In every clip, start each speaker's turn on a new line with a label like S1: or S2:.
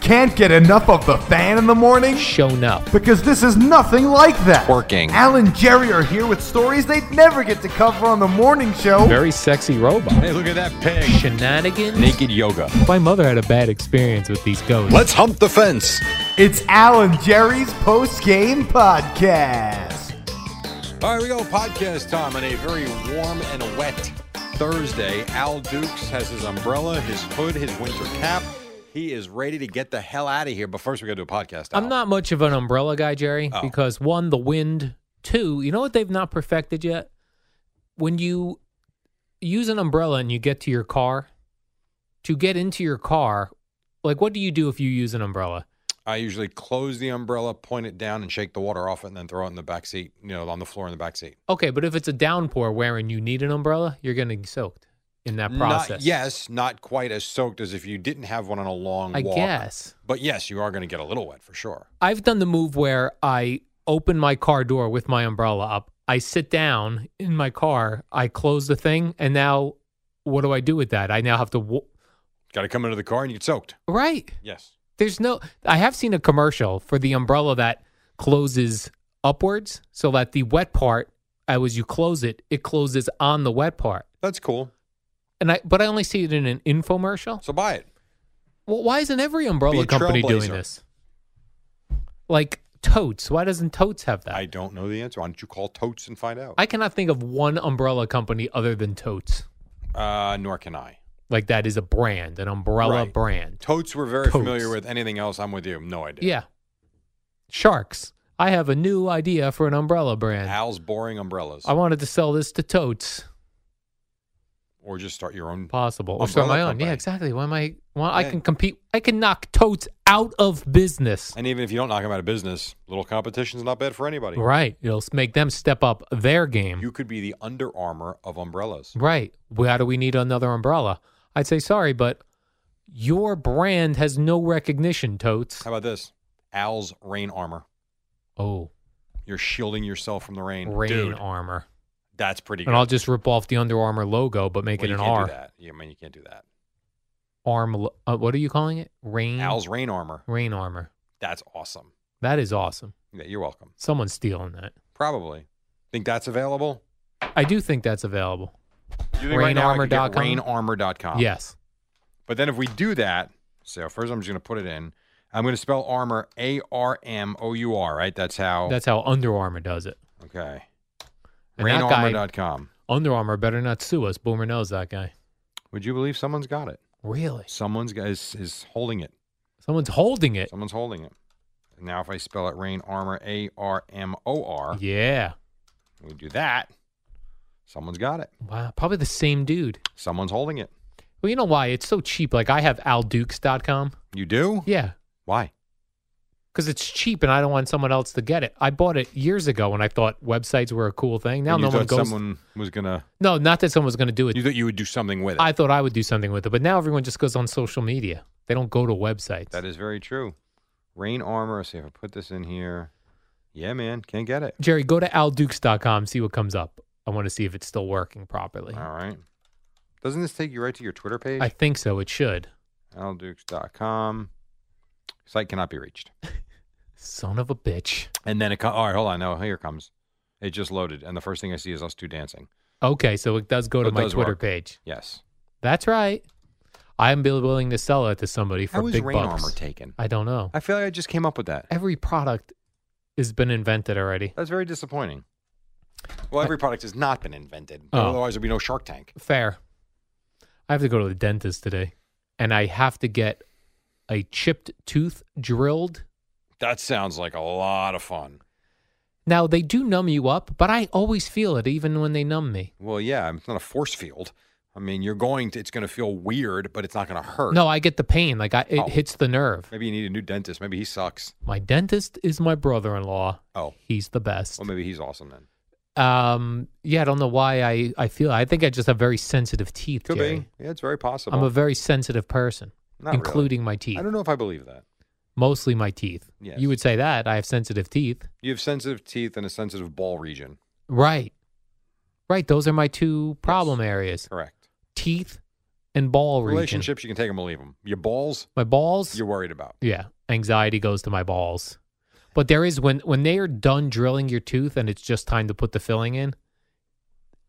S1: Can't get enough of the fan in the morning?
S2: shown up.
S1: Because this is nothing like that.
S3: Working.
S1: Al and Jerry are here with stories they'd never get to cover on the morning show.
S2: Very sexy robot.
S3: Hey, look at that pig.
S2: Shenanigans.
S3: Naked yoga.
S2: My mother had a bad experience with these ghosts.
S3: Let's hump the fence.
S1: It's Al and Jerry's post game podcast.
S3: All right, we go podcast time on a very warm and wet Thursday. Al Dukes has his umbrella, his hood, his winter cap. He is ready to get the hell out of here. But first, we got to do a podcast. Al.
S2: I'm not much of an umbrella guy, Jerry,
S3: Oh.
S2: because one, the wind. Two, you know what they've not perfected yet? When you use an umbrella and you get to your car, to get into your car, like what do you do if you use an umbrella?
S3: I usually close the umbrella, point it down, and shake the water off it, and then throw it in the back seat. You know, on the floor in the back seat.
S2: Okay, but if it's a downpour wherein you need an umbrella, you're getting soaked in that process.
S3: Not, yes, not quite as soaked as if you didn't have one on a long
S2: I
S3: walk.
S2: guess.
S3: But yes, you are going to get a little wet for sure.
S2: I've done the move where I open my car door with my umbrella up. I sit down in my car. I close the thing, and now what do I do with that? I now have to. W-
S3: Got to come into the car and you get soaked.
S2: right.
S3: Yes.
S2: There's no. I have seen a commercial for the umbrella that closes upwards, so that the wet part, as you close it, it closes on the wet part.
S3: That's cool.
S2: And I, but I only see it in an infomercial.
S3: So buy it.
S2: Well, why isn't every
S3: Be
S2: umbrella
S3: a
S2: company doing
S3: trailblazer.
S2: this? Like Totes. Why doesn't Totes have that?
S3: I don't know the answer. Why don't you call Totes and find out?
S2: I cannot think of one umbrella company other than Totes.
S3: uh, nor can I.
S2: Like that is a brand, an umbrella
S3: Right.
S2: brand.
S3: Totes, we're very
S2: Totes.
S3: familiar with. Anything else, I'm with you. No idea.
S2: Yeah. Sharks. I have a new idea for an umbrella brand.
S3: Al's boring umbrellas.
S2: I wanted to sell this to Totes,
S3: or just start your own.
S2: possible, or start
S3: Umbrella
S2: my own.
S3: company.
S2: Yeah, exactly. Why am I? Well, I
S3: Yeah.
S2: can compete. I can knock Totes out of business.
S3: And even if you don't knock them out of business, little competition's not bad for anybody.
S2: Right. It'll s- make them step up their game.
S3: You could be the Under Armour of umbrellas.
S2: Right. Why do we need another umbrella? I'd say sorry, but your brand has no recognition, Totes.
S3: How about this? Al's rain armor.
S2: Oh,
S3: You're shielding yourself from the rain.
S2: rain
S3: Dude,
S2: armor.
S3: that's pretty good.
S2: And I'll just rip off the Under Armour logo, but make
S3: Well,
S2: it
S3: you
S2: an
S3: can't
S2: R.
S3: do that. Yeah, man, you can't do that.
S2: Arm. lo- Uh, what are you calling it? Rain.
S3: Al's rain armor.
S2: Rain armor.
S3: That's awesome.
S2: That is awesome.
S3: Yeah, you're welcome.
S2: Someone's stealing that.
S3: Probably. Think that's available?
S2: I do think that's available.
S3: You think right now I could get
S2: Rainarmor.com?
S3: Rainarmor.com.
S2: Yes.
S3: But then if we do that, so first I'm just going to put it in. I'm going to spell armor A R M O U R, right? That's how.
S2: That's how Under Armour does it.
S3: okay.
S2: And that guy-
S3: Rainarmor.com.
S2: Under Armour better not sue us. Boomer knows that guy.
S3: Would you believe someone's got it?
S2: Really?
S3: Someone's got, is, is holding it.
S2: Someone's holding it.
S3: Someone's holding it. And now if I spell it rain armor A R M O R,
S2: Yeah.
S3: we do that. Someone's got it.
S2: Wow. Probably the same dude.
S3: Someone's holding it.
S2: Well, you know why? It's so cheap. Like I have aldukes.com.
S3: You do?
S2: Yeah.
S3: Why?
S2: Because it's cheap and I don't want someone else to get it. I bought it years ago when I thought websites were a cool thing. Now
S3: And you
S2: no one
S3: thought
S2: goes.
S3: someone was going to,
S2: No, not that someone's going to do it.
S3: you thought you would do something with it.
S2: I thought I would do something with it, but now everyone just goes on social media. They don't go to websites.
S3: That is very true. Rain armor. Let's see if I put this in here. Yeah, man, can't get it.
S2: Jerry, go to aldukes.com, see what comes up. I want to see if it's still working properly.
S3: All right. Doesn't this take you right to your Twitter page?
S2: I think so. It should.
S3: Aldukes.com. Site cannot be reached.
S2: Son of a bitch.
S3: And then it comes. All right, hold on. No, here it comes. It just loaded, and the first thing I see is us two dancing.
S2: Okay, so it does go to
S3: Oh, It
S2: my
S3: does
S2: Twitter
S3: work.
S2: page.
S3: Yes.
S2: That's right. I'm be- willing to sell it to somebody for
S3: How was
S2: big
S3: rain
S2: bucks.
S3: armor taken?
S2: I don't know.
S3: I feel like I just came up with that.
S2: Every product has been invented already.
S3: That's very disappointing. Well, every product has not been invented.
S2: Oh.
S3: Otherwise, there'd be no Shark Tank.
S2: Fair. I have to go to the dentist today, and I have to get a chipped tooth drilled.
S3: That sounds like a lot of fun.
S2: Now they do numb you up, but I always feel it even when they numb me.
S3: Well, yeah, it's not a force field. I mean, you're going to, it's going to feel weird, but it's not going to hurt.
S2: No, I get the pain. Like I, it
S3: Oh.
S2: hits the nerve.
S3: Maybe you need a new dentist. Maybe he sucks.
S2: My dentist is my brother-in-law.
S3: Oh,
S2: He's the best.
S3: well, maybe he's awesome then.
S2: Um, yeah, I don't know why I, I feel. I think I just have very sensitive teeth.
S3: Could
S2: Jerry.
S3: be. Yeah, it's very possible.
S2: I'm a very sensitive person,
S3: Not really.
S2: including my teeth.
S3: I don't know if I believe that.
S2: Mostly my teeth.
S3: Yes.
S2: You would say that I have sensitive teeth.
S3: You have sensitive teeth and a sensitive ball region.
S2: Right. Right. Those are my two problem areas
S3: Correct.
S2: teeth and ball region.
S3: Relationships, you can take them or leave them. Your balls,
S2: My balls.
S3: you're worried about.
S2: yeah. Anxiety goes to my balls. But there is when when they are done drilling your tooth and it's just time to put the filling in,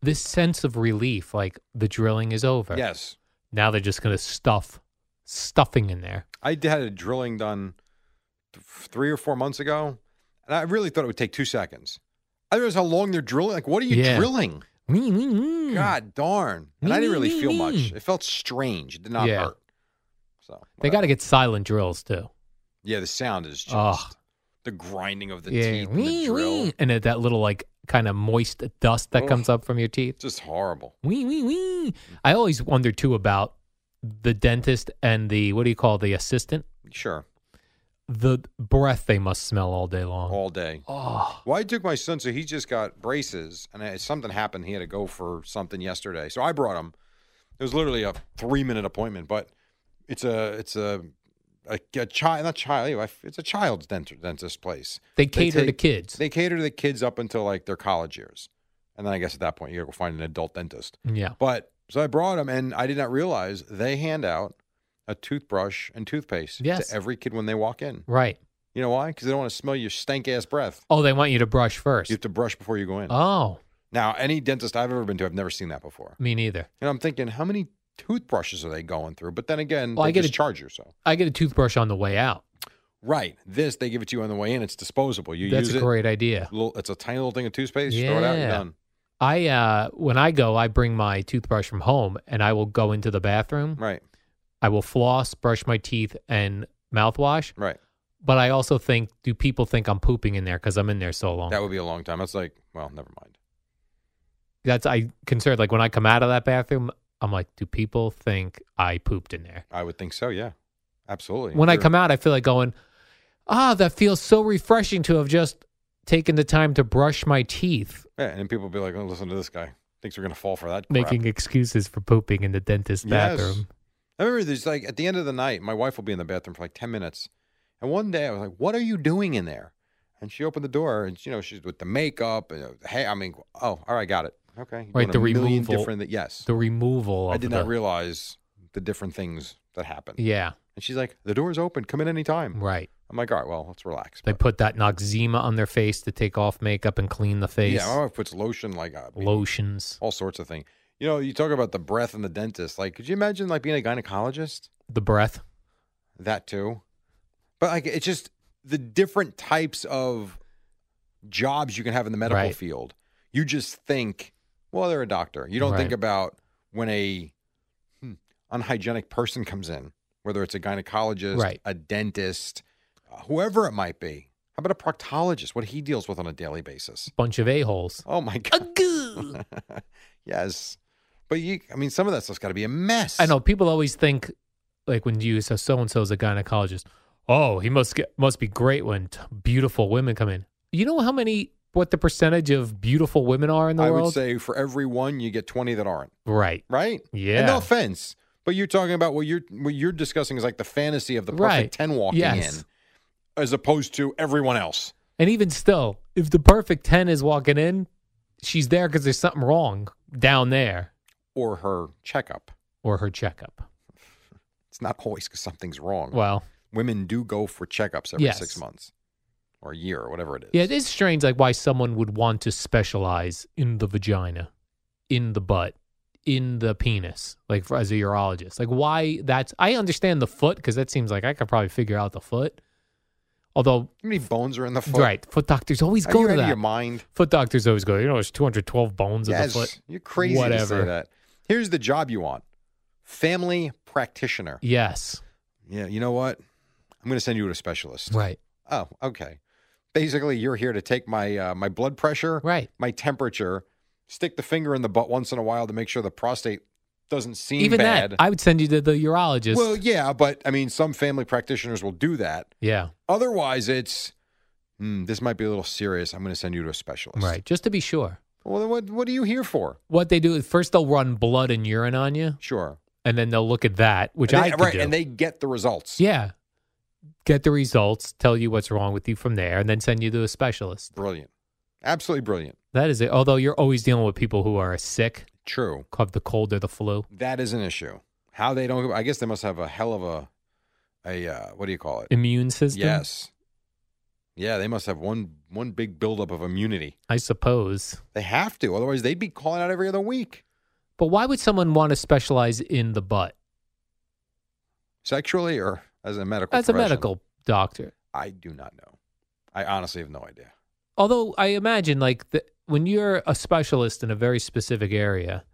S2: this sense of relief, like the drilling is over.
S3: Yes.
S2: Now they're just gonna stuff stuffing in there.
S3: I d- had a drilling done th- three or four months ago, and I really thought it would take two seconds. I realized how long they're drilling. Like, what are you
S2: Yeah.
S3: drilling?
S2: Mm, mm, mm.
S3: God darn. And I didn't really feel much. It felt strange. It did not
S2: Yeah.
S3: hurt. So
S2: They gotta
S3: whatever.
S2: get silent drills too.
S3: Yeah, the sound is just
S2: Ugh.
S3: the grinding of the
S2: yeah.
S3: teeth and the
S2: Wee,
S3: drill.
S2: wee. And it- that little like kind of moist dust that
S3: Ugh.
S2: comes up from your teeth.
S3: It's just horrible.
S2: Wee wee wee. I always wonder too about the dentist and the what do you call the assistant?
S3: Sure.
S2: The breath they must smell all day long.
S3: All day.
S2: Oh,
S3: Well, I took my son, so he just got braces, and I, something happened. He had to go for something yesterday, so I brought him. It was literally a three-minute appointment, but it's a it's a a, a child not child it's a child's dentist dentist place.
S2: they cater to
S3: take-
S2: kids.
S3: They cater to the kids up until like their college years, and then I guess at that point you gotta go find an adult dentist.
S2: yeah.
S3: But so I brought him, and I did not realize they hand out a toothbrush and toothpaste
S2: Yes.
S3: to every kid when they walk in.
S2: Right.
S3: You know why? Because they don't want to smell your stank ass breath.
S2: Oh, they want you to brush first.
S3: You have to brush before you go in.
S2: Oh,
S3: Now, any dentist I've ever been to, I've never seen that before.
S2: me neither.
S3: And I'm thinking, how many toothbrushes are they going through? But then again,
S2: Well,
S3: they
S2: I get
S3: just
S2: a-
S3: charge you. So
S2: I get a toothbrush on the way out.
S3: right, this they give it to you on the way in. It's disposable. You
S2: That's
S3: use
S2: a
S3: it.
S2: great idea.
S3: Little, it's a tiny little thing of toothpaste. you Throw it out.
S2: Yeah.
S3: You're done.
S2: I uh when I go, I bring my toothbrush from home and I will go into the bathroom.
S3: Right.
S2: I will floss, brush my teeth and mouthwash,
S3: Right.
S2: but I also think do people think I'm pooping in there cuz I'm in there so long?
S3: That would be a long time. That's like, well, never mind.
S2: that's I concerned. Like when I come out of that bathroom, I'm like, do people think I pooped in there?
S3: I would think so. Yeah. Absolutely.
S2: When I
S3: You're-
S2: come out, I feel like going, ah, that feels so refreshing to have just taken the time to brush my teeth,
S3: yeah, and people be like, oh, listen to this guy. Thinks we're gonna fall for that. crap."
S2: making excuses for pooping in the dentist
S3: Yes.
S2: bathroom.
S3: I remember there's like at the end of the night, my wife will be in the bathroom for like 10 minutes. And one day I was like, What are you doing in there? And she opened the door and, you know, she's with the makeup and, uh, hey, I mean, oh, all right, got it. Okay.
S2: Right,
S3: Doing
S2: the
S3: a million
S2: removal-
S3: different, yes.
S2: The removal of
S3: I did
S2: the,
S3: not realize the different things that happen.
S2: Yeah,
S3: And she's like, The door's open. Come in anytime.
S2: right.
S3: I'm like, All right, well, let's relax.
S2: They
S3: But-
S2: put that Noxzema on their face to take off makeup and clean the face.
S3: yeah, my wife puts lotion, like uh,
S2: Lotions.
S3: all sorts of things. You know, you talk about the breath and the dentist. Like, could you imagine like being a gynecologist?
S2: The breath.
S3: that too. But like it's just the different types of jobs you can have in the medical
S2: Right.
S3: field. You just think, well, they're a doctor. You don't think
S2: Right.
S3: about when a hmm, unhygienic person comes in, whether it's a gynecologist,
S2: Right.
S3: a dentist, uh, whoever it might be. How about a proctologist? What he deals with on a daily basis.
S2: Bunch of a-holes.
S3: Oh my god. yes. But you I mean some of that stuff's got to be a mess.
S2: I know people always think, like when you so so and so is a gynecologist. Oh, he must get must be great when t- beautiful women come in. You know how many what the percentage of beautiful women are in the
S3: I
S2: world?
S3: would say for every one you get 20 that aren't.
S2: right,
S3: right? And
S2: Yeah.
S3: no offense, but you're talking about what you're what you're discussing is like the fantasy of the perfect
S2: Right.
S3: ten walking
S2: Yes.
S3: in, as opposed to everyone else.
S2: and even still, if the perfect ten is walking in, she's there because there's something wrong down there
S3: Or her checkup.
S2: or her checkup.
S3: It's not always because something's wrong.
S2: Well,
S3: Women do go for checkups every
S2: Yes.
S3: six months, or a year, or whatever it is.
S2: yeah, it is strange, like why someone would want to specialize in the vagina, in the butt. In the penis, like for, as a urologist, like why that's I understand the foot because that seems like I could probably figure out the foot. Although
S3: How many bones are in the foot?
S2: Right. Foot doctors always
S3: Are
S2: go
S3: you
S2: to
S3: out of
S2: that.
S3: your mind?
S2: Foot doctors always go, you know, there's 212 bones of the
S3: Yes.
S2: foot.
S3: You're crazy to say
S2: Whatever.
S3: that. Here's the job you want: Family practitioner.
S2: Yes.
S3: Yeah, you know what? I'm going to send you to a specialist.
S2: Right.
S3: Oh, okay. Basically, you're here to take my uh, my blood pressure,
S2: Right.
S3: my temperature, stick the finger in the butt once in a while to make sure the prostate doesn't seem
S2: Even
S3: bad.
S2: that, I would send you to the urologist.
S3: well, yeah, but I mean, some family practitioners will do that.
S2: yeah.
S3: Otherwise, it's "Hmm, this might be a little serious. I'm going to send you to a specialist.
S2: Right. Just to be sure.
S3: Well, then what what are you here for?
S2: What they do is first they'll run blood and urine on you,
S3: Sure.
S2: and then they'll look at that, which I
S3: And they-
S2: could
S3: right,
S2: do.
S3: and they get the results.
S2: yeah. Get the results, tell you what's wrong with you from there, and then send you to a specialist.
S3: Brilliant. Absolutely brilliant.
S2: That is it. Although you're always dealing with people who are sick,
S3: True.
S2: of the cold or the flu.
S3: That is an issue. How they don't I guess they must have a hell of a a uh, what do you call it?
S2: Immune system.
S3: Yes. Yeah, they must have one one big buildup of immunity.
S2: I suppose.
S3: They have to, otherwise they'd be calling out every other week.
S2: But why would someone want to specialize in the butt?
S3: Sexually or as a medical
S2: As a
S3: profession?
S2: medical doctor.
S3: I do not know. I honestly have no idea.
S2: Although I imagine, like, the, when you're a specialist in a very specific area,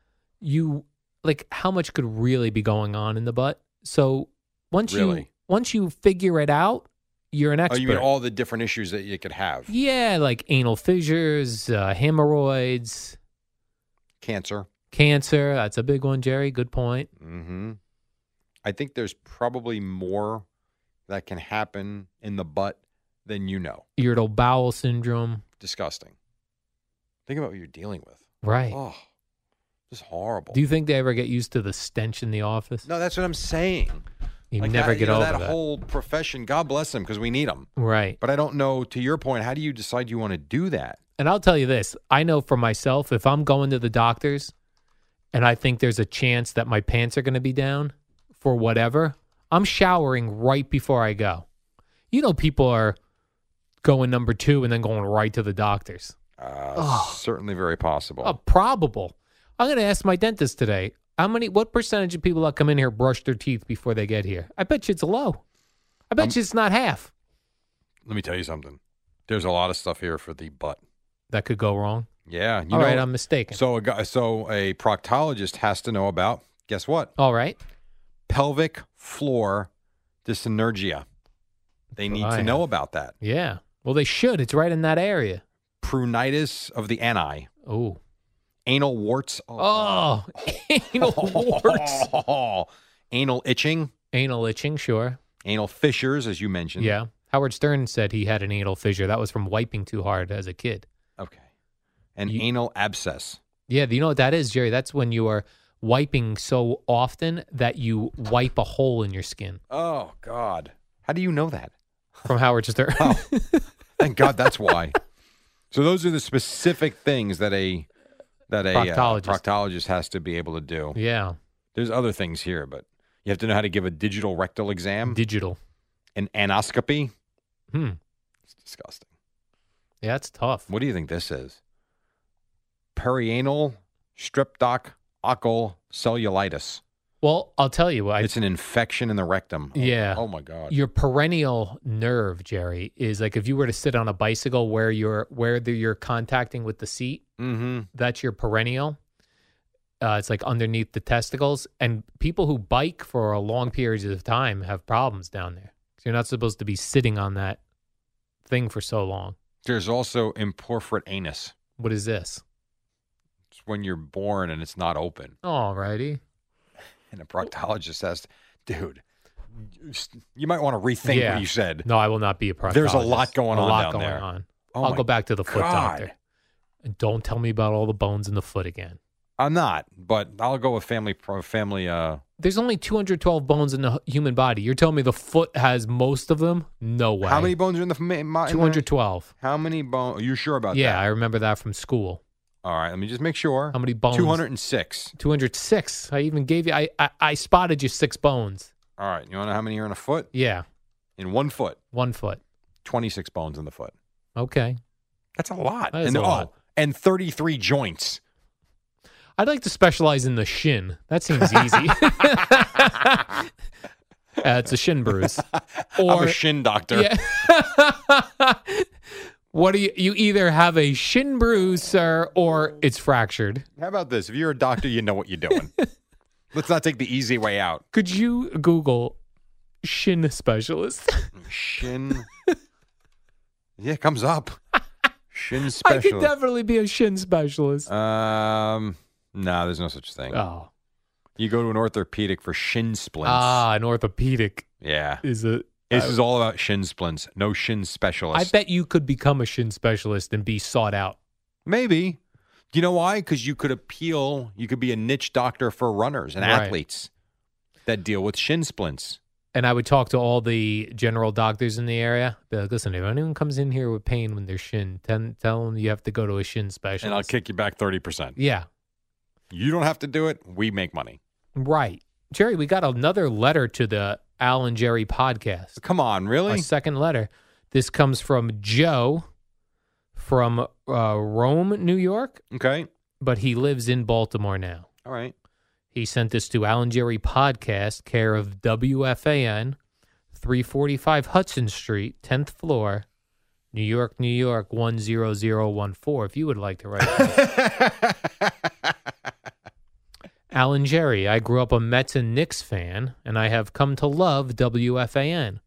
S2: you like how much could really be going on in the butt. So once you
S3: Really?
S2: once you figure it out, you're an expert.
S3: Oh, you mean all the different issues that you could have?
S2: yeah, like anal fissures, uh, hemorrhoids,
S3: Cancer.
S2: cancer. That's a big one, Jerry. Good point.
S3: Mm-hmm. I think there's probably more that can happen in the butt than you know.
S2: Irritable bowel syndrome.
S3: Disgusting. Think about what you're dealing with.
S2: Right.
S3: Oh, this is horrible.
S2: Do you think they ever get used to the stench in the office?
S3: no, that's what I'm saying.
S2: you
S3: Like
S2: never
S3: that,
S2: get
S3: know,
S2: over
S3: that,
S2: that.
S3: whole profession. God bless them because we need them.
S2: right.
S3: But I don't know. To your point, how do you decide you want to do that?
S2: And I'll tell you this I know for myself, if I'm going to the doctor's and I think there's a chance that my pants are going to be down for whatever, I'm showering right before I go. You know, people are going number two and then going right to the doctor's.
S3: Uh, Certainly very possible.
S2: Oh, probable. I'm going to ask my dentist today. How many? What percentage of people that come in here brush their teeth before they get here? I bet you it's low. I
S3: Um,
S2: bet you it's not half.
S3: Let me tell you something. There's a lot of stuff here for the butt.
S2: That could go wrong.
S3: Yeah. You
S2: All
S3: know,
S2: right, I'm mistaken.
S3: So a guy, so a proctologist has to know about guess what
S2: All right.
S3: pelvic floor dysynergia. They need to
S2: Right.
S3: know about that
S2: Yeah. Well, they should. It's right in that area.
S3: prunitis of the ani,
S2: Oh.
S3: anal warts.
S2: Oh, anal warts.
S3: anal itching,
S2: anal itching, sure.
S3: anal fissures, as you mentioned.
S2: Yeah. Howard Stern said he had an anal fissure. That was from wiping too hard as a kid.
S3: Okay. An
S2: You-
S3: anal abscess.
S2: Yeah, you know what that is, Jerry? That's when you are wiping so often that you wipe a hole in your skin.
S3: Oh God! How do you know that?
S2: From Howard Stern.
S3: Oh, thank God that's why. So those are the specific things that a that a uh,
S2: Proctologist.
S3: proctologist has to be able to do.
S2: yeah.
S3: There's other things here, but you have to know how to give a digital rectal exam,
S2: Digital.
S3: an anoscopy.
S2: Hmm.
S3: It's disgusting.
S2: Yeah, that's tough.
S3: What do you think this is? Perianal streptoc occal cellulitis.
S2: Well, I'll tell you what. I-
S3: it's an infection in the rectum. Oh,
S2: Yeah.
S3: Oh my God.
S2: your perennial nerve, Jerry, is like if you were to sit on a bicycle where you're where the, you're contacting with the seat,
S3: mm-hmm.
S2: that's your perennial. Uh, it's like underneath the testicles, and people who bike for a long periods of time have problems down there. 'Cause You're not supposed to be sitting on that thing for so long.
S3: There's also imperforate anus.
S2: What is this?
S3: It's when you're born and it's not open.
S2: Alrighty,
S3: And a proctologist has to, dude, you s- you might want to rethink
S2: Yeah.
S3: what you said.
S2: No, I will not be a proctologist.
S3: There's a lot going
S2: a
S3: on
S2: lot
S3: down
S2: going
S3: there.
S2: on.
S3: Oh
S2: I'll
S3: my
S2: go back to the foot
S3: God.
S2: doctor. And don't tell me about all the bones in the foot again.
S3: I'm not, but I'll go with family, pro, family, uh,
S2: There's only 212 bones in the hu- human body. You're telling me the foot has most of them? No way.
S3: How many bones are in the fami- in my- in there?
S2: 212.
S3: How many bones? Are you sure about
S2: yeah,
S3: that?
S2: I remember that from school.
S3: All right, let me just make sure.
S2: How many bones?
S3: 206.
S2: 206. I even gave you, I, I, I spotted you six bones.
S3: All right, you want to know how many are in a foot?
S2: Yeah,
S3: In one foot,
S2: one foot.
S3: 26 bones in the foot.
S2: Okay.
S3: That's a lot.
S2: That is
S3: and
S2: a
S3: oh,
S2: lot.
S3: and 33 joints.
S2: I'd like to specialize in the shin. That seems easy. uh, it's a shin bruise.
S3: I'm
S2: Or,
S3: a shin doctor.
S2: yeah. what do you, you either have a shin bruise, sir, or it's fractured.
S3: How about this? If you're a doctor, you know what you're doing. Let's not take the easy way out.
S2: Could you Google shin specialist?
S3: Shin. yeah, it comes up. Shin
S2: I could
S3: specialist. Uh,
S2: definitely be a shin specialist.
S3: um, no, there's no such thing.
S2: oh.
S3: You go to an orthopedic for shin splints.
S2: Ah, an orthopedic
S3: yeah.
S2: is a.
S3: This is all about shin splints. No shin specialist.
S2: I bet you could become a shin specialist and be sought out.
S3: Maybe. Do you know why? Because you could appeal. You could be a niche doctor for runners and
S2: Right.
S3: athletes that deal with shin splints.
S2: And I would talk to all the general doctors in the area. Be like, listen, if anyone comes in here with pain when their shin, tell, tell them you have to go to a shin specialist.
S3: And I'll kick you back 30%.
S2: Yeah,
S3: You don't have to do it. We make money.
S2: right. Jerry, we got another letter to the Al and Jerry podcast.
S3: Come on, really?
S2: Our second letter. This comes from Joe from uh, Rome, New York,
S3: Okay.
S2: but he lives in Baltimore now.
S3: All right.
S2: He sent this to Alan Jerry Podcast, care of WFAN, 345 Hudson Street, 10th floor, New York, New York, 10014. If you would like to write. Alan Jerry, I grew up a Mets and Knicks fan, and I have come to love WFAN.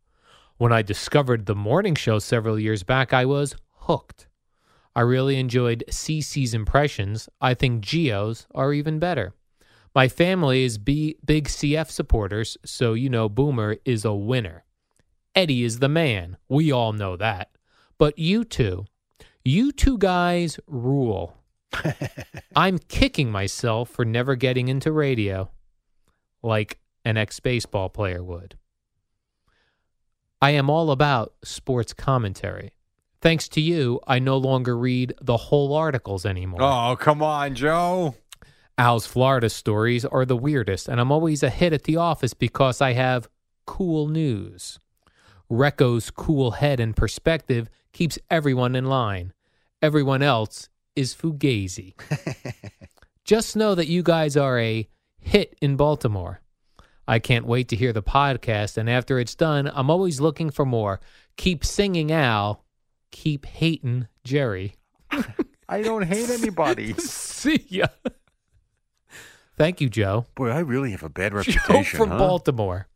S2: When I discovered the morning show several years back, I was hooked. I really enjoyed CC's impressions. I think Geo's are even better. My family is B- big CF supporters, so you know Boomer is a winner. Eddie is the man. We all know that. But you two, you two guys rule. I'm kicking myself for never getting into radio like an ex baseball player would. I am all about sports commentary. Thanks to you, I no longer read the whole articles anymore.
S3: Oh, come on, Joe.
S2: Al's Florida stories are the weirdest, and I'm always a hit at the office because I have cool news. Recco's cool head and perspective keeps everyone in line. Everyone else is fugazi. Just know that you guys are a hit in Baltimore. I can't wait to hear the podcast, and after it's done, I'm always looking for more. Keep singing, Al. Keep hating, Jerry.
S3: I don't hate anybody.
S2: See ya. Thank you, Joe.
S3: Boy, I really have a bad
S2: Joe from Baltimore.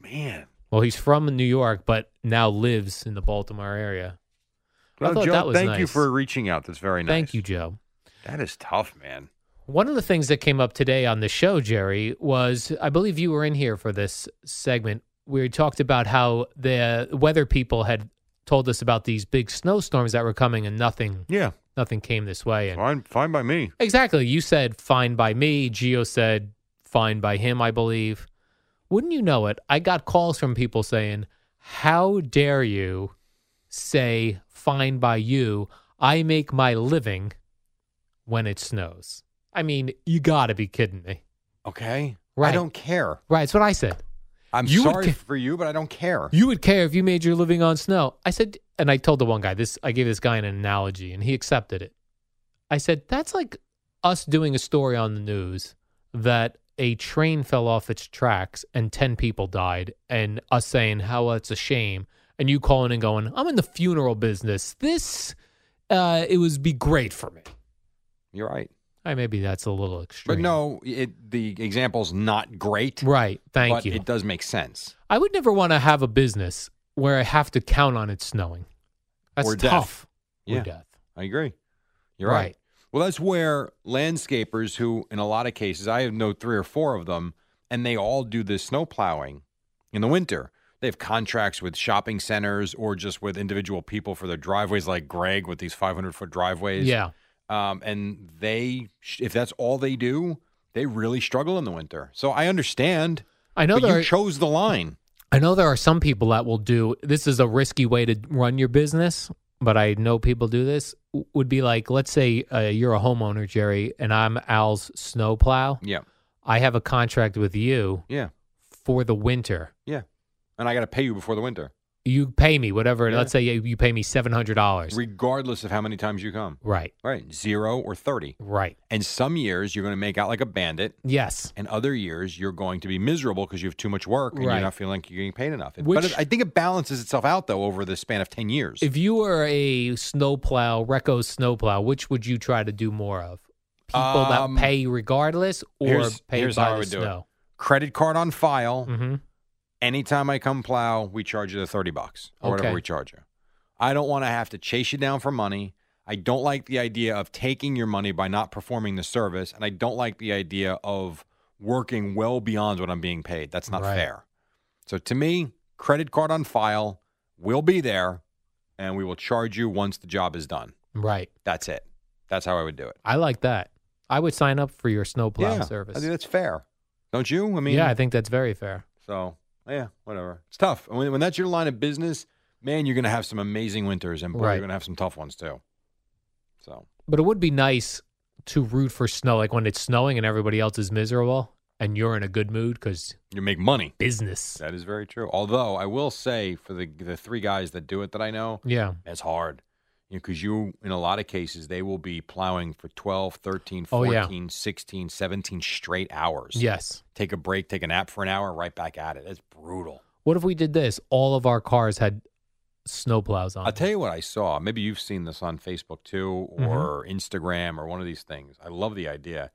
S3: Man.
S2: Well, he's from New York, but now lives in the Baltimore area. I
S3: Well,
S2: thought
S3: Joe,
S2: that was
S3: thank you
S2: nice.
S3: for reaching out. That's very nice.
S2: Thank you, Joe.
S3: That is tough, man.
S2: One of the things that came up today on the show, Jerry, was I believe you were in here for this segment. We talked about how the weather people had told us about these big snowstorms that were coming, and nothing,
S3: Yeah.
S2: nothing came this way. And
S3: Fine, fine by me.
S2: Exactly. You said fine by me. Gio said fine by him, I believe. Wouldn't you know it? I got calls from people saying, How dare you say fine by you? I make my living when it snows. I mean, you got to be kidding me.
S3: Okay. I
S2: Right.
S3: don't care.
S2: Right. That's what I said.
S3: I'm
S2: You would
S3: sorry
S2: ca-
S3: for you, but I don't care.
S2: You would care if you made your living on snow. I said, and I told the one guy this. I gave this guy an analogy, and he accepted it. I said that's like us doing a story on the news that a train fell off its tracks and ten people died, and us saying how it's a shame, and you calling and going, I'm in the funeral business. This, uh, it would be great for me.
S3: You're right.
S2: I maybe that's a little
S3: But
S2: extreme.
S3: no, it, the example's not great.
S2: right? Thank
S3: but
S2: you.
S3: it does make sense.
S2: I would never want to have a business where I have to count on it snowing. That's
S3: Or death.
S2: tough. Or
S3: Yeah.
S2: death.
S3: I agree. You're right.
S2: Right.
S3: Well, that's where landscapers, who in a lot of cases, I have know three or four of them, and they all do this snow plowing in the winter. They have contracts with shopping centers or just with individual people for their driveways, like Greg with these 500 foot driveways.
S2: Yeah.
S3: Um, and they, sh- if that's all they do, they really struggle in the winter. So I understand.
S2: I know
S3: but
S2: there
S3: you
S2: are,
S3: chose the line.
S2: I know there are some people that will do this is a risky way to run your business, but I know people do this w- would be like let's say uh, you're a homeowner Jerry and I'm Al's snowplow.
S3: Yeah.
S2: I have a contract with you
S3: Yeah.
S2: for the winter.
S3: Yeah. And I got to pay you before the winter,
S2: You pay me whatever,
S3: Yeah.
S2: let's say you you pay me $700.
S3: regardless of how many times you come.
S2: right.
S3: Right. Zero or 30.
S2: Right.
S3: And some years you're going to make out like a bandit,
S2: Yes.
S3: and other years you're going to be miserable because you have too much work and
S2: Right.
S3: you're not feeling like you're getting paid enough. It-
S2: Which-
S3: but it, I think it balances itself out though over the span of ten years.
S2: If you were a snowplow, Recco snowplow, which would you try to do more of? people
S3: Um,
S2: that pay regardless or
S3: here's-
S2: pay
S3: here's
S2: by
S3: how I
S2: the
S3: would do it.
S2: snow.
S3: Credit card on file.
S2: hmm
S3: Anytime I come plow, we charge you the 30 bucks or whatever
S2: Okay.
S3: we charge you. I don't want to have to chase you down for money. I don't like the idea of taking your money by not performing the service. And I don't like the idea of working well beyond what I'm being paid. That's not
S2: Right.
S3: fair. So to me, credit card on file will be there and we will charge you once the job is done.
S2: Right.
S3: That's it. That's how I would do it.
S2: I like that. I would sign up for your snowplow service.
S3: I think that's fair. Don't you? I mean,
S2: yeah, I think that's very fair.
S3: So yeah, whatever. It's tough. And When, when that's your line of business, man, you're gonna have some amazing winters, and boy,
S2: Right.
S3: you're gonna have some tough ones too. So
S2: But it would be nice to root for snow, like when it's snowing and everybody else is miserable and you're in a good mood because
S3: you make money.
S2: business.
S3: That is very true. Although I will say, for the the three guys that do it that I know,
S2: Yeah.
S3: it's hard. Because you, in a lot of cases, they will be plowing for 12, 13,
S2: Oh,
S3: 14,
S2: yeah.
S3: 16, 17 straight hours.
S2: Yes.
S3: Take a break, take a nap for an hour, right back at it. It's brutal.
S2: What if we did this? All of our cars had snowplows on.
S3: I'll
S2: them.
S3: tell you what I saw. Maybe you've seen this on Facebook too,
S2: Mm-hmm.
S3: or Instagram, or one of these things. I love the idea.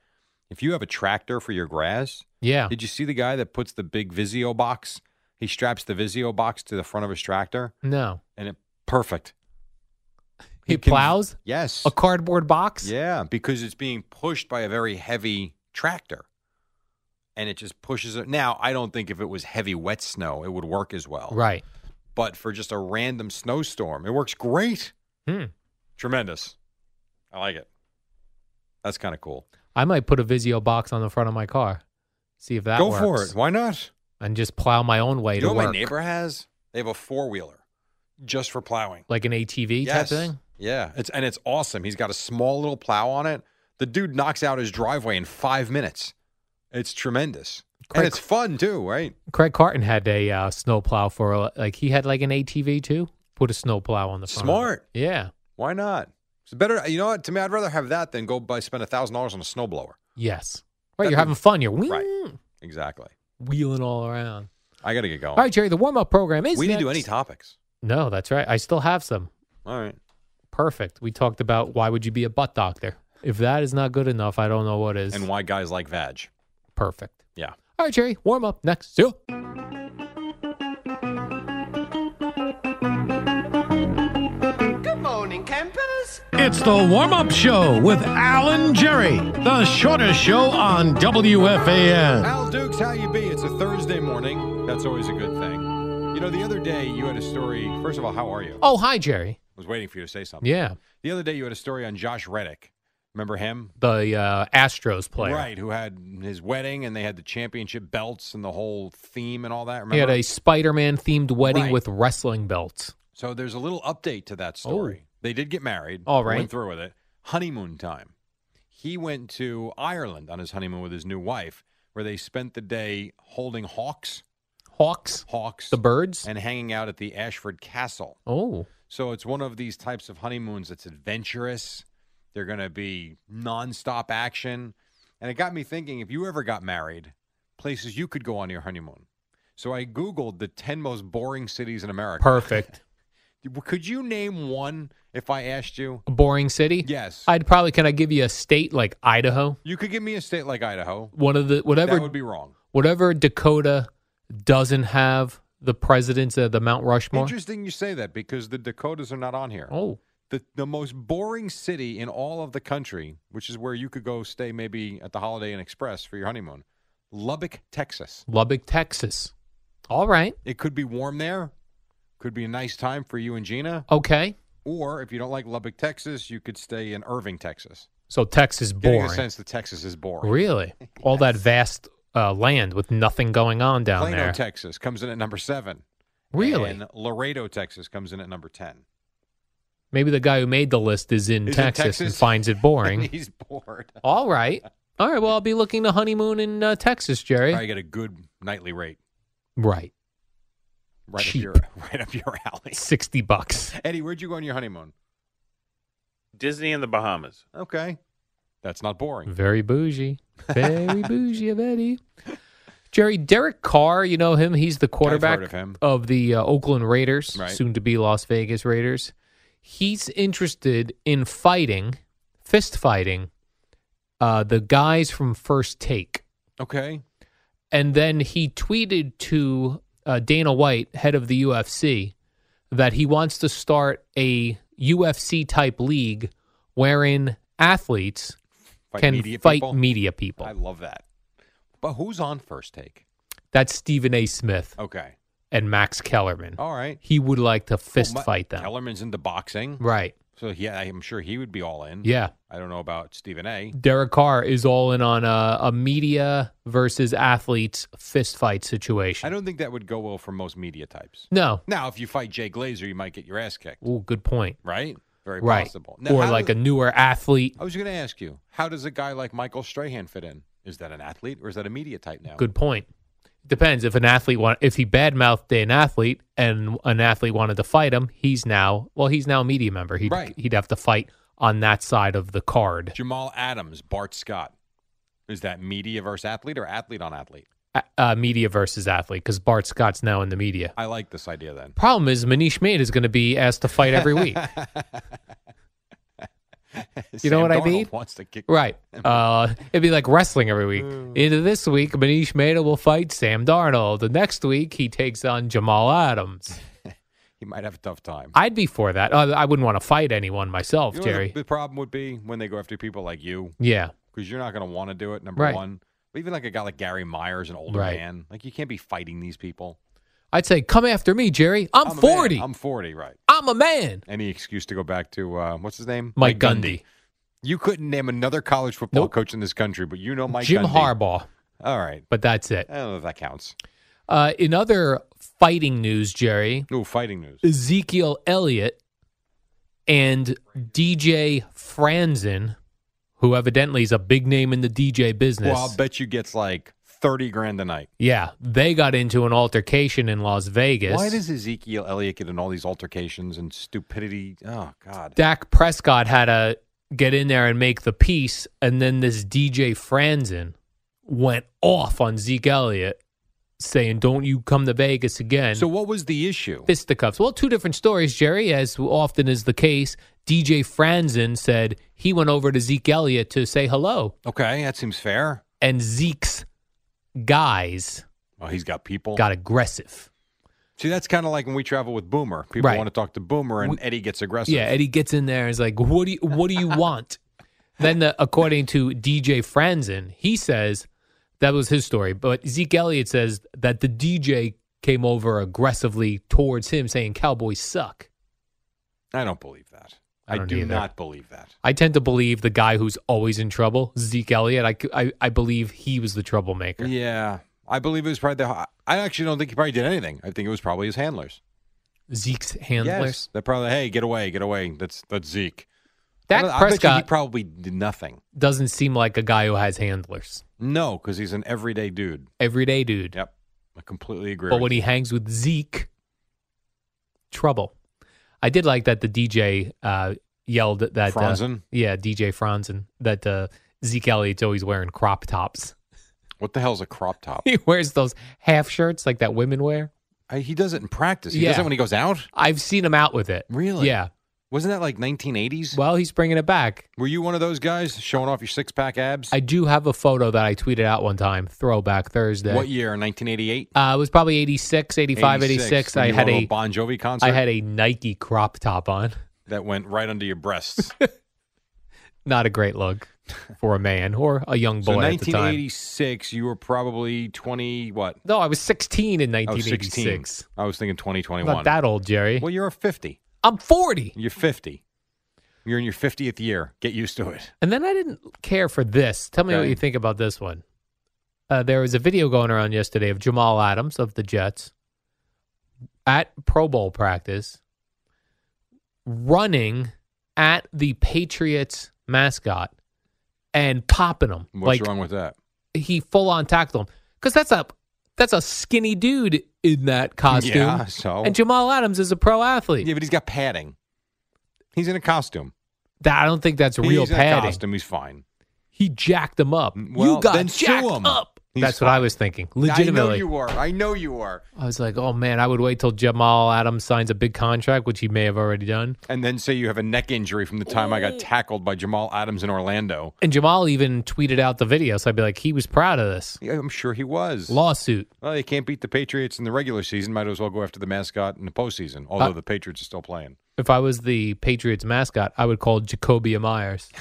S3: If you have a tractor for your grass,
S2: Yeah.
S3: did you see the guy that puts the big Vizio box? He straps the Vizio box to the front of his tractor,
S2: No.
S3: and it perfect.
S2: He,
S3: can-
S2: plows
S3: Yes.
S2: a cardboard box.
S3: Yeah, because it's being pushed by a very heavy tractor, and it just pushes it. Now, I don't think if it was heavy wet snow, it would work as well.
S2: Right.
S3: But for just a random snowstorm, it works great.
S2: Hmm.
S3: Tremendous. I like it. That's kind of cool.
S2: I might put a Vizio box on the front of my car. See if that
S3: Go
S2: works.
S3: for it. Why not?
S2: And just plow my own way
S3: you
S2: to
S3: know what
S2: work.
S3: my neighbor has? They have a four wheeler just for plowing.
S2: Like an ATV
S3: yes.
S2: type thing.
S3: Yeah. It's and it's awesome. He's got a small little plow on it. The dude knocks out his driveway in five minutes. It's tremendous.
S2: Craig-
S3: And it's fun too, right?
S2: Craig Carton had a uh, snowplow for a- like he had like an ATV too. Put a snowplow on the front. of it.
S3: Smart.
S2: Yeah.
S3: Why not? It's better. You know what? To me, I'd rather have that than go buy spend a thousand dollars on a snowblower.
S2: Yes. Right.
S3: That'd
S2: you're
S3: be-
S2: having fun. You're wheeling,
S3: Right. Exactly.
S2: wheeling all around.
S3: I gotta get going.
S2: All right, Jerry. The warm up program is.
S3: Oh. we didn't do
S2: next.
S3: any topics.
S2: No, that's right. I still have some.
S3: All right.
S2: Perfect. We talked about why would you be a butt doctor? If that is not good enough, I don't know what is.
S3: And why guys like vag.
S2: Perfect.
S3: Yeah.
S2: All right, Jerry. Warm up next. See ya.
S4: It's the warm up show with Alan Jerry, the shortest show on WFAN.
S3: Al Dukes, how you be? It's a Thursday morning. That's always a good thing. You know, the other day you had a story. First of all, how are you? I
S2: Oh, hi, Jerry.
S3: was waiting for you to say something.
S2: Yeah.
S3: The other day you had a story on Josh Reddick. Remember him?
S2: The uh, Astros player.
S3: Right, who had his wedding and they had the championship belts and the whole theme and all that. Remember?
S2: He had a Spider Man themed wedding
S3: Right.
S2: with wrestling belts.
S3: so there's a little update to that story. They did get married.
S2: Oh. All
S3: Went
S2: right.
S3: through with it. Honeymoon time. He went to Ireland on his honeymoon with his new wife, where they spent the day holding hawks.
S2: Hawks.
S3: Hawks.
S2: The birds.
S3: and hanging out at the Ashford Castle.
S2: Oh.
S3: So it's one of these types of honeymoons that's adventurous. They're going to be nonstop action. And it got me thinking if you ever got married, places you could go on your honeymoon. So I Googled the 10 most boring cities in America.
S2: Perfect.
S3: Could you name one if I asked you?
S2: A boring city.
S3: Yes.
S2: I'd probably can I give you a state like Idaho?
S3: you could give me a state like Idaho.
S2: One of the whatever
S3: that would be wrong.
S2: whatever Dakota doesn't have the presidents of the Mount Rushmore.
S3: Interesting you say that because the Dakotas are not on here.
S2: Oh,
S3: the, the most boring city in all of the country, which is where you could go stay maybe at the Holiday Inn Express for your honeymoon, Lubbock, Texas.
S2: Lubbock, Texas. All right.
S3: It could be warm there, could be a nice time for you and Gina.
S2: Okay.
S3: Or if you don't like Lubbock, Texas, you could stay in Irving, Texas.
S2: So Texas
S3: Getting a
S2: boring.
S3: sense that Texas is boring.
S2: Really? All that vast uh, land with nothing going on down
S3: Plano,
S2: there.
S3: Texas comes in at number seven.
S2: really?
S3: And Laredo, Texas comes in at number 10.
S2: Maybe the guy who made the list is in,
S3: Is it
S2: Texas, and
S3: Texas?
S2: finds it boring.
S3: He's bored.
S2: All right. All right. Well, I'll be looking to honeymoon in uh, Texas, Jerry.
S3: I get a good nightly rate
S2: Right.
S3: right
S2: Cheap.
S3: up your right up your alley.
S2: 60 bucks.
S3: Eddie, where'd you go on your honeymoon?
S5: Disney and the Bahamas.
S3: Okay. That's not boring.
S2: Very bougie. Very bougie of Eddie. Jerry, Derek Carr, you know him. He's the quarterback
S3: of him.
S2: the uh, Oakland Raiders,
S3: Right.
S2: soon to be Las Vegas Raiders. He's interested in fighting, fist fighting, uh, the guys from First Take.
S3: Okay.
S2: And then he tweeted to uh, Dana White, head of the UFC, that he wants to start a UFC type league wherein athletes
S3: Fight
S2: can
S3: media
S2: fight
S3: people?
S2: media people.
S3: I love that. But who's on first take?
S2: That's Stephen A. Smith
S3: Okay.
S2: and Max Kellerman.
S3: All right.
S2: He would like
S3: Oh,
S2: to fist
S3: Well, Ma-
S2: fight them.
S3: Kellerman's into boxing.
S2: Right.
S3: So, yeah, I'm sure he would be all in.
S2: Yeah.
S3: I don't know about Stephen A.
S2: Derek Carr is all in on a, a media versus athletes fist fight situation.
S3: I don't think that would go well for most media types.
S2: No.
S3: Now, if you fight Jay Glazer, you might get your ass kicked,
S2: Oh, good point.
S3: right? Very
S2: right.
S3: possible.
S2: or
S3: how Oh.
S2: like
S3: does-
S2: a newer athlete.
S3: I was going to ask you, how does a guy like Michael Strahan fit in? Is that an athlete or is that a media type now?
S2: Good point. Depends if an athlete want if he badmouthed an athlete and an athlete wanted to fight him, he's now well, he's now a media member. He'd
S3: Right.
S2: he'd have to fight on that side of the card.
S3: Jamal Adams, Bart Scott. Is that media versus athlete or athlete on athlete?
S2: A- uh, media versus athlete because Bart Scott's now in the media.
S3: I like this idea then.
S2: Problem is, Manish Maid is going to be asked to fight every week. You know what I mean?
S3: Wants to kick.
S2: Right. Uh, it'd be like wrestling every week.
S3: Mm.
S2: Into this week, Manish Mehta will fight Sam Darnold. The next week, he takes on Jamal Adams.
S3: He might have a tough time.
S2: I'd be for that. Uh, I wouldn't want to fight anyone myself,
S3: You know what
S2: Jerry.
S3: The, the problem would be when they go after people like you
S2: yeah.
S3: because you're not going to want to do it. Number
S2: Right.
S3: one, but even like a guy like Gary Myers, an older
S2: Right.
S3: man, like you can't be fighting these people.
S2: I'd say, come after me, Jerry. I'm,
S3: a man.
S2: 40.
S3: I'm 40, right?
S2: I'm a man.
S3: Any excuse to go back to uh, what's his name?
S2: Mike Gundy.
S3: You couldn't name another college football
S2: Nope.
S3: coach in this country, but you know Mike
S2: Jim
S3: Gundy.
S2: Harbaugh.
S3: All right.
S2: But that's it.
S3: I don't know if that counts.
S2: Uh, in other fighting news, Jerry,
S3: Ooh, fighting news.
S2: Ezekiel Elliott and DJ Franzen, who evidently is a big name in the DJ business.
S3: Well, I'll bet you gets like 30 grand a night.
S2: Yeah, they got into an altercation in Las Vegas.
S3: Why does Ezekiel Elliott get in all these altercations and stupidity? Oh, God.
S2: Dak Prescott had to get in there and make the piece, and then this DJ Franzen went off on Zeke Elliott, saying, "Don't you come to Vegas again?"
S3: so, what was the issue?
S2: fisticuffs. Well, two different stories, Jerry, as often is the case. DJ Franzen said he went over to Zeke Elliott to say hello,
S3: Okay, that seems fair.
S2: and Zeke's guys
S3: Oh, he's got people.
S2: got aggressive.
S3: See, that's kind of like when we travel with Boomer. People
S2: Right.
S3: want to talk to Boomer, and Eddie gets aggressive.
S2: Yeah, Eddie gets in there and is like, "What do you What do you want?" then, the, according to DJ Franzen, he says that was his story, but Zeke Elliott says that the DJ came over aggressively towards him, saying Cowboys suck.
S3: I don't believe that.
S2: I
S3: I,
S2: don't
S3: do
S2: either.
S3: not believe that.
S2: I tend to believe the guy who's always in trouble, Zeke Elliott. I, c- I- I believe he was the troublemaker.
S3: Yeah, I believe it was probably the. I actually don't think he probably did anything. I think it was probably his handlers.
S2: Zeke's handlers.
S3: Yes, they probably. Hey, get away, get away. That's that's Zeke. I
S2: Dak
S3: don't- I bet you
S2: Prescott
S3: he probably did nothing.
S2: doesn't seem like a guy who has handlers.
S3: No, because he's an everyday dude.
S2: Everyday dude.
S3: Yep, I completely agree.
S2: But
S3: with
S2: when he
S3: you.
S2: hangs with Zeke, trouble. I did like that the DJ uh, yelled that. uh,
S3: Franzen?
S2: yeah, DJ Franzen. That uh, Zeke Elliott's always wearing crop tops.
S3: what the hell's a crop top?
S2: he wears those half shirts like that women wear.
S3: I, he does it in practice. He
S2: Yeah.
S3: does it when he goes out.
S2: I've seen him out with it.
S3: Really?
S2: Yeah.
S3: Wasn't that like 1980s?
S2: Well, he's bringing it back.
S3: Were you one of those guys showing off your six pack abs?
S2: I do have a photo that I tweeted out one time, throwback Thursday.
S3: What year? 1988.
S2: Uh, it was probably 86, 85, 86.
S3: when
S2: I
S3: you
S2: had
S3: went to
S2: a
S3: Bon Jovi concert
S2: I had a Nike crop top on.
S3: that went right under your breasts.
S2: Not a great look for a man or a young
S3: so
S2: boy at the time.
S3: 1986, you were probably 20 what?
S2: No, I was 16 in
S3: I was 16.
S2: 1986.
S3: I was thinking
S2: I'm
S3: 2021.
S2: not that old, Jerry.
S3: well, you're 50.
S2: I'm 40.
S3: You're 50. You're in your 50th year. Get used to it.
S2: And then I didn't care for this. Tell me what
S3: Okay.
S2: you think about this one. Uh, there was a video going around yesterday of Jamal Adams of the Jets at Pro Bowl practice running at the Patriots mascot and popping him.
S3: What's
S2: like
S3: wrong with that?
S2: he full on tackled him. Because that's a that's a skinny dude in that costume.
S3: Yeah, so.
S2: And Jamal Adams is a pro athlete.
S3: yeah, but he's got padding. He's in a costume.
S2: That, I don't think that's real
S3: he's in a
S2: padding.
S3: costume. He's fine.
S2: He jacked him up.
S3: Mm, Well,
S2: you got
S3: then sue
S2: jacked
S3: him.
S2: up.
S3: He's
S2: That's what I was thinking.
S3: I know
S2: Legitimately.
S3: you are. I know you are.
S2: I was like, oh man, I would wait till Jamal Adams signs a big contract, which he may have already done.
S3: And then say you have a neck injury from the time I got tackled by Jamal Adams in Orlando.
S2: And Jamal even tweeted out the video, so I'd be like, he was proud of this
S3: Yeah, I'm sure he was.
S2: lawsuit.
S3: Well, they can't beat the Patriots in the regular season. Might as well go after the mascot in the postseason. Although
S2: Uh,
S3: the Patriots are still playing.
S2: If I was the Patriots mascot, I would call Jacobia Myers.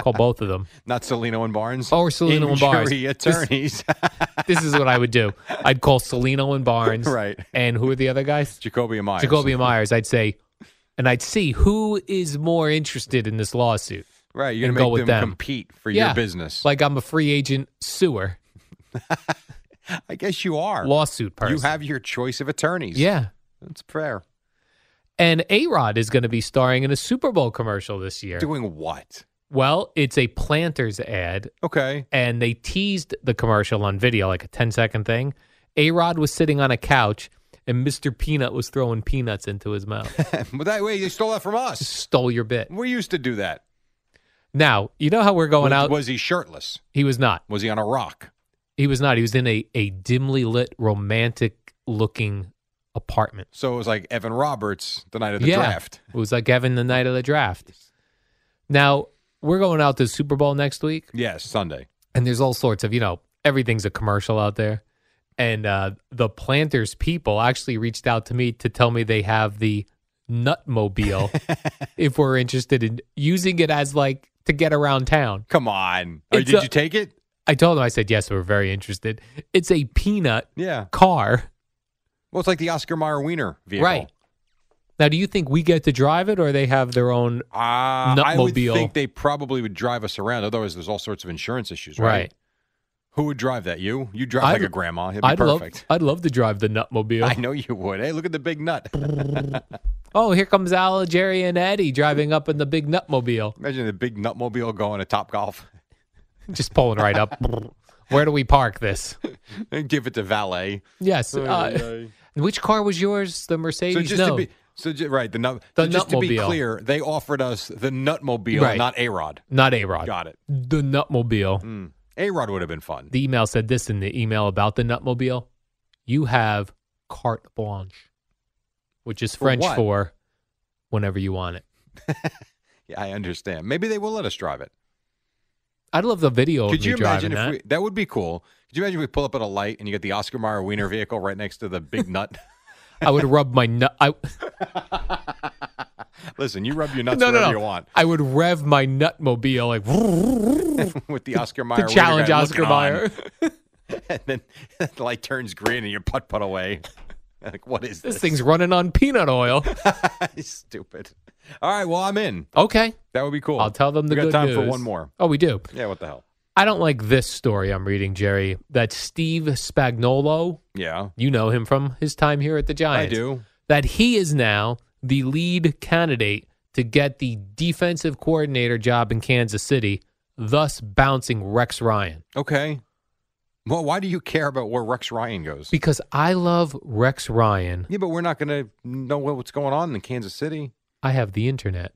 S2: call both of them.
S3: Not Salino and Barnes.
S2: Or Oh, Salino and Barnes.
S3: Injury
S2: This-
S3: attorneys.
S2: This is what I would do. I'd call Salino and Barnes.
S3: Right.
S2: And who are the other guys?
S3: Jacoby Myers.
S2: Jacobia Myers. I'd say, and I'd see who is more interested in this lawsuit.
S3: Right. You're
S2: and
S3: going
S2: go with
S3: to make them,
S2: them.
S3: compete for your business.
S2: Like I'm a free agent sewer
S3: I guess you are.
S2: lawsuit person.
S3: You have your choice of attorneys.
S2: Yeah.
S3: That's fair.
S2: And A Rod is going to be starring in a Super Bowl commercial this year.
S3: Doing what?
S2: Well, it's a Planters ad,
S3: Okay.
S2: and they teased the commercial on video, like a 10 second thing. A Rod was sitting on a couch, and Mr. Peanut was throwing peanuts into his mouth.
S3: But that way, they stole that from us.
S2: Stole your bit.
S3: We used to do that.
S2: Now, you know how we're going
S3: was,
S2: out?
S3: was he shirtless?
S2: he was not.
S3: Was he on a rock?
S2: He was not. He was in a, a dimly lit, romantic looking apartment.
S3: So it was like Evan Roberts the night of the draft.
S2: It was like Evan the night of the draft. Now, we're going out to the Super Bowl next week.
S3: Yes, Sunday.
S2: and there's all sorts of you know everything's a commercial out there and uh, the planters people actually reached out to me to tell me they have the nutmobile if we're interested in using it as like to get around town
S3: Come on. Oh,
S2: It's
S3: did
S2: a-
S3: you take it?
S2: i told them i said yes we're very interested it's a peanut
S3: Yeah.
S2: car
S3: Well, it's like the Oscar Mayer Wiener vehicle.
S2: right now do you think we get to drive it or they have their own
S3: Ah, I would
S2: Nutmobile.
S3: think they probably would drive us around. Otherwise, there's all sorts of insurance issues, right?
S2: right,
S3: Who would drive that? You? You drive
S2: I'd-
S3: like a grandma. It'd be
S2: i'd love
S3: perfect.
S2: i'd love to drive the nutmobile
S3: I know you would. Hey, look at the big nut.
S2: oh here comes al jerry and eddie driving up in the big nutmobile
S3: Imagine the big nutmobile going to Top Golf
S2: just pulling right up. Where do we park this?
S3: and give it to valet.
S2: Yes. Uh, which car was yours? The
S3: So
S2: Mercedes?
S3: just
S2: no.
S3: to be so ju- right the nut
S2: The
S3: so just to be
S2: Nutmobile.
S3: clear, they offered us the nutmobile,
S2: Right.
S3: not a rod.
S2: Not A Rod.
S3: Got it. Mm.
S2: The Nutmobile.
S3: A rod would have been fun.
S2: The email said this in the email about the Nutmobile. You have carte blanche, which is
S3: For
S2: French
S3: what?
S2: for whenever you want it.
S3: Yeah, I understand. Maybe they will let us drive it.
S2: I'd love the video of
S3: Could
S2: me
S3: you
S2: driving
S3: imagine if
S2: that.
S3: we that would be cool? Could you imagine if we pull up at a light and you get the Oscar Mayer Wiener vehicle right next to the big nut?
S2: I would rub my nut. I,
S3: Listen, you rub your nuts
S2: no, no,
S3: wherever
S2: no.
S3: you want
S2: I would rev my Nutmobile like
S3: with the Oscar Mayer
S2: to
S3: Wiener
S2: challenge
S3: guy
S2: Oscar
S3: looking
S2: Mayer.
S3: on, and then the light turns green and you putt putt away. Like what is
S2: this
S3: this?
S2: thing's running on peanut oil.
S3: stupid. All right, well I'm in.
S2: Okay.
S3: That would be cool.
S2: I'll tell them the
S3: we got
S2: good
S3: time for
S2: news.
S3: one more.
S2: Oh, we do.
S3: Yeah, what the hell?
S2: I don't like this story I'm reading, Jerry. That Steve Spagnolo,
S3: Yeah,
S2: you know him from his time here at the
S3: I
S2: Giants.
S3: do.
S2: That he is now the lead candidate to get the defensive coordinator job in Kansas City, thus bouncing Rex Ryan.
S3: Okay. Well, why do you care about where Rex Ryan goes?
S2: Because I love Rex Ryan.
S3: yeah, but we're not going to know what- what's going on in Kansas City.
S2: I have the internet.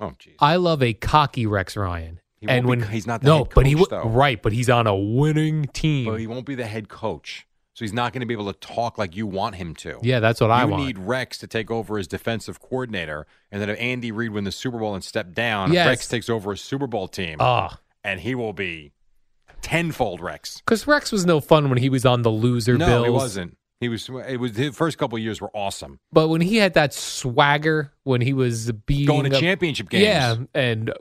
S3: Oh, jeez.
S2: I love a cocky Rex Ryan.
S3: He won't be- he's not the
S2: no,
S3: head
S2: but he
S3: coach,
S2: wa-
S3: though.
S2: right, but he's on a winning team.
S3: But he won't be the head coach, so he's not going to be able to talk like you want him to.
S2: yeah, that's what I
S3: you
S2: want.
S3: need Rex to take over as defensive coordinator, and then if Andy Reid win the Super Bowl and step down,
S2: Yes.
S3: Rex takes over a Super Bowl team,
S2: Ah,
S3: and he will be tenfold Rex.
S2: because Rex was no fun when he was on the loser
S3: no,
S2: bills.
S3: he wasn't. He was. It was his first couple of years were awesome.
S2: But when he had that swagger, when he was beating
S3: Going to
S2: up-
S3: championship games.
S2: yeah, and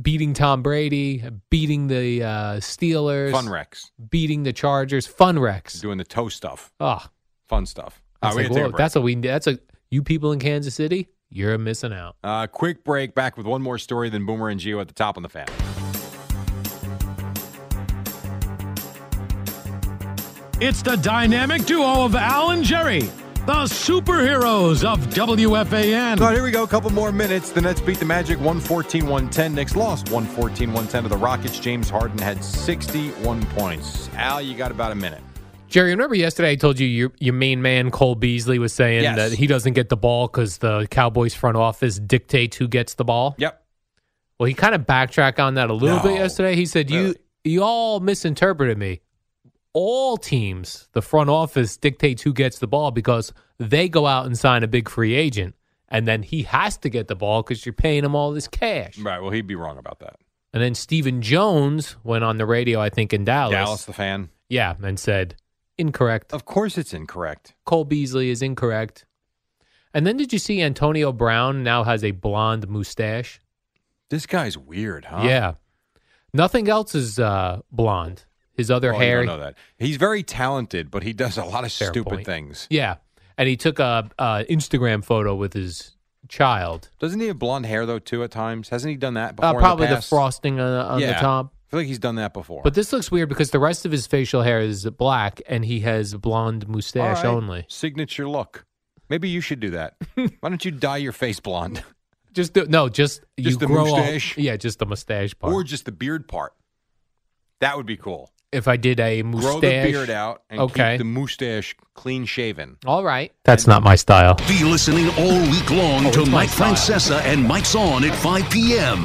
S2: beating Tom Brady, beating the uh, Steelers,
S3: Fun Rex
S2: beating the Chargers, fun Rex.
S3: doing the toe stuff.
S2: Oh,
S3: Fun stuff. All
S2: that's,
S3: right,
S2: like,
S3: Oh, we gotta take a
S2: whoa,
S3: break.
S2: that's what we. That's a you people in Kansas City, you're missing out.
S3: Uh, quick break. Back with one more story. Then Boomer and Geo at the top on the fan.
S4: It's the dynamic duo of Al and Jerry, the superheroes of WFAN.
S3: All right, here we go. A couple more minutes. The Nets beat the Magic 114 110. Knicks lost 114 110 to the Rockets. James Harden had 61 points. Al, you got about a minute.
S2: Jerry, remember yesterday I told you your, your main man Cole Beasley was saying
S3: Yes.
S2: that he doesn't get the ball because the Cowboys front office dictates who gets the ball.
S3: Yep.
S2: Well, he kind of backtracked on that a little
S3: No.
S2: bit yesterday. He said,
S3: Really?
S2: "You you all misinterpreted me. all teams, the front office dictates who gets the ball because they go out and sign a big free agent, and then he has to get the ball because you're paying him all this cash.
S3: Right. Well, he'd be wrong about that.
S2: And then Stephen Jones went on the radio, I think, in Dallas.
S3: Dallas, the fan.
S2: Yeah, and said, incorrect.
S3: Of course, it's incorrect.
S2: Cole Beasley is incorrect. And then did you see Antonio Brown now has a blonde mustache?
S3: This guy's weird, huh?
S2: Yeah. Nothing else is uh, blonde. His other
S3: Oh, you
S2: hair.
S3: don't know that. He's very talented, but he does a lot of
S2: Fair
S3: stupid
S2: point.
S3: things.
S2: Yeah. And he took a, a Instagram photo with his child.
S3: Doesn't he have blonde hair though too at times? Hasn't he done that before?
S2: Uh,
S3: in
S2: probably the,
S3: past?
S2: frosting on, on
S3: Yeah.
S2: the top.
S3: I feel like he's done that before.
S2: But this looks weird because the rest of his facial hair is black and he has blonde
S3: All
S2: mustache
S3: right.
S2: only.
S3: signature look. Maybe you should do that. Why don't you dye your face blonde
S2: Just do, no, just, you
S3: Just the
S2: grow all-
S3: mustache?
S2: yeah, just the mustache part.
S3: or just the beard part? That would be cool.
S2: if I did a mustache,
S3: Grow the beard out and
S2: Okay.
S3: keep the mustache clean shaven.
S2: All right, that's not my style.
S6: Be listening all week long
S2: Oh,
S6: to
S2: it's my
S6: Mike
S2: style.
S6: Francesa and Mike's On at 5 p.m.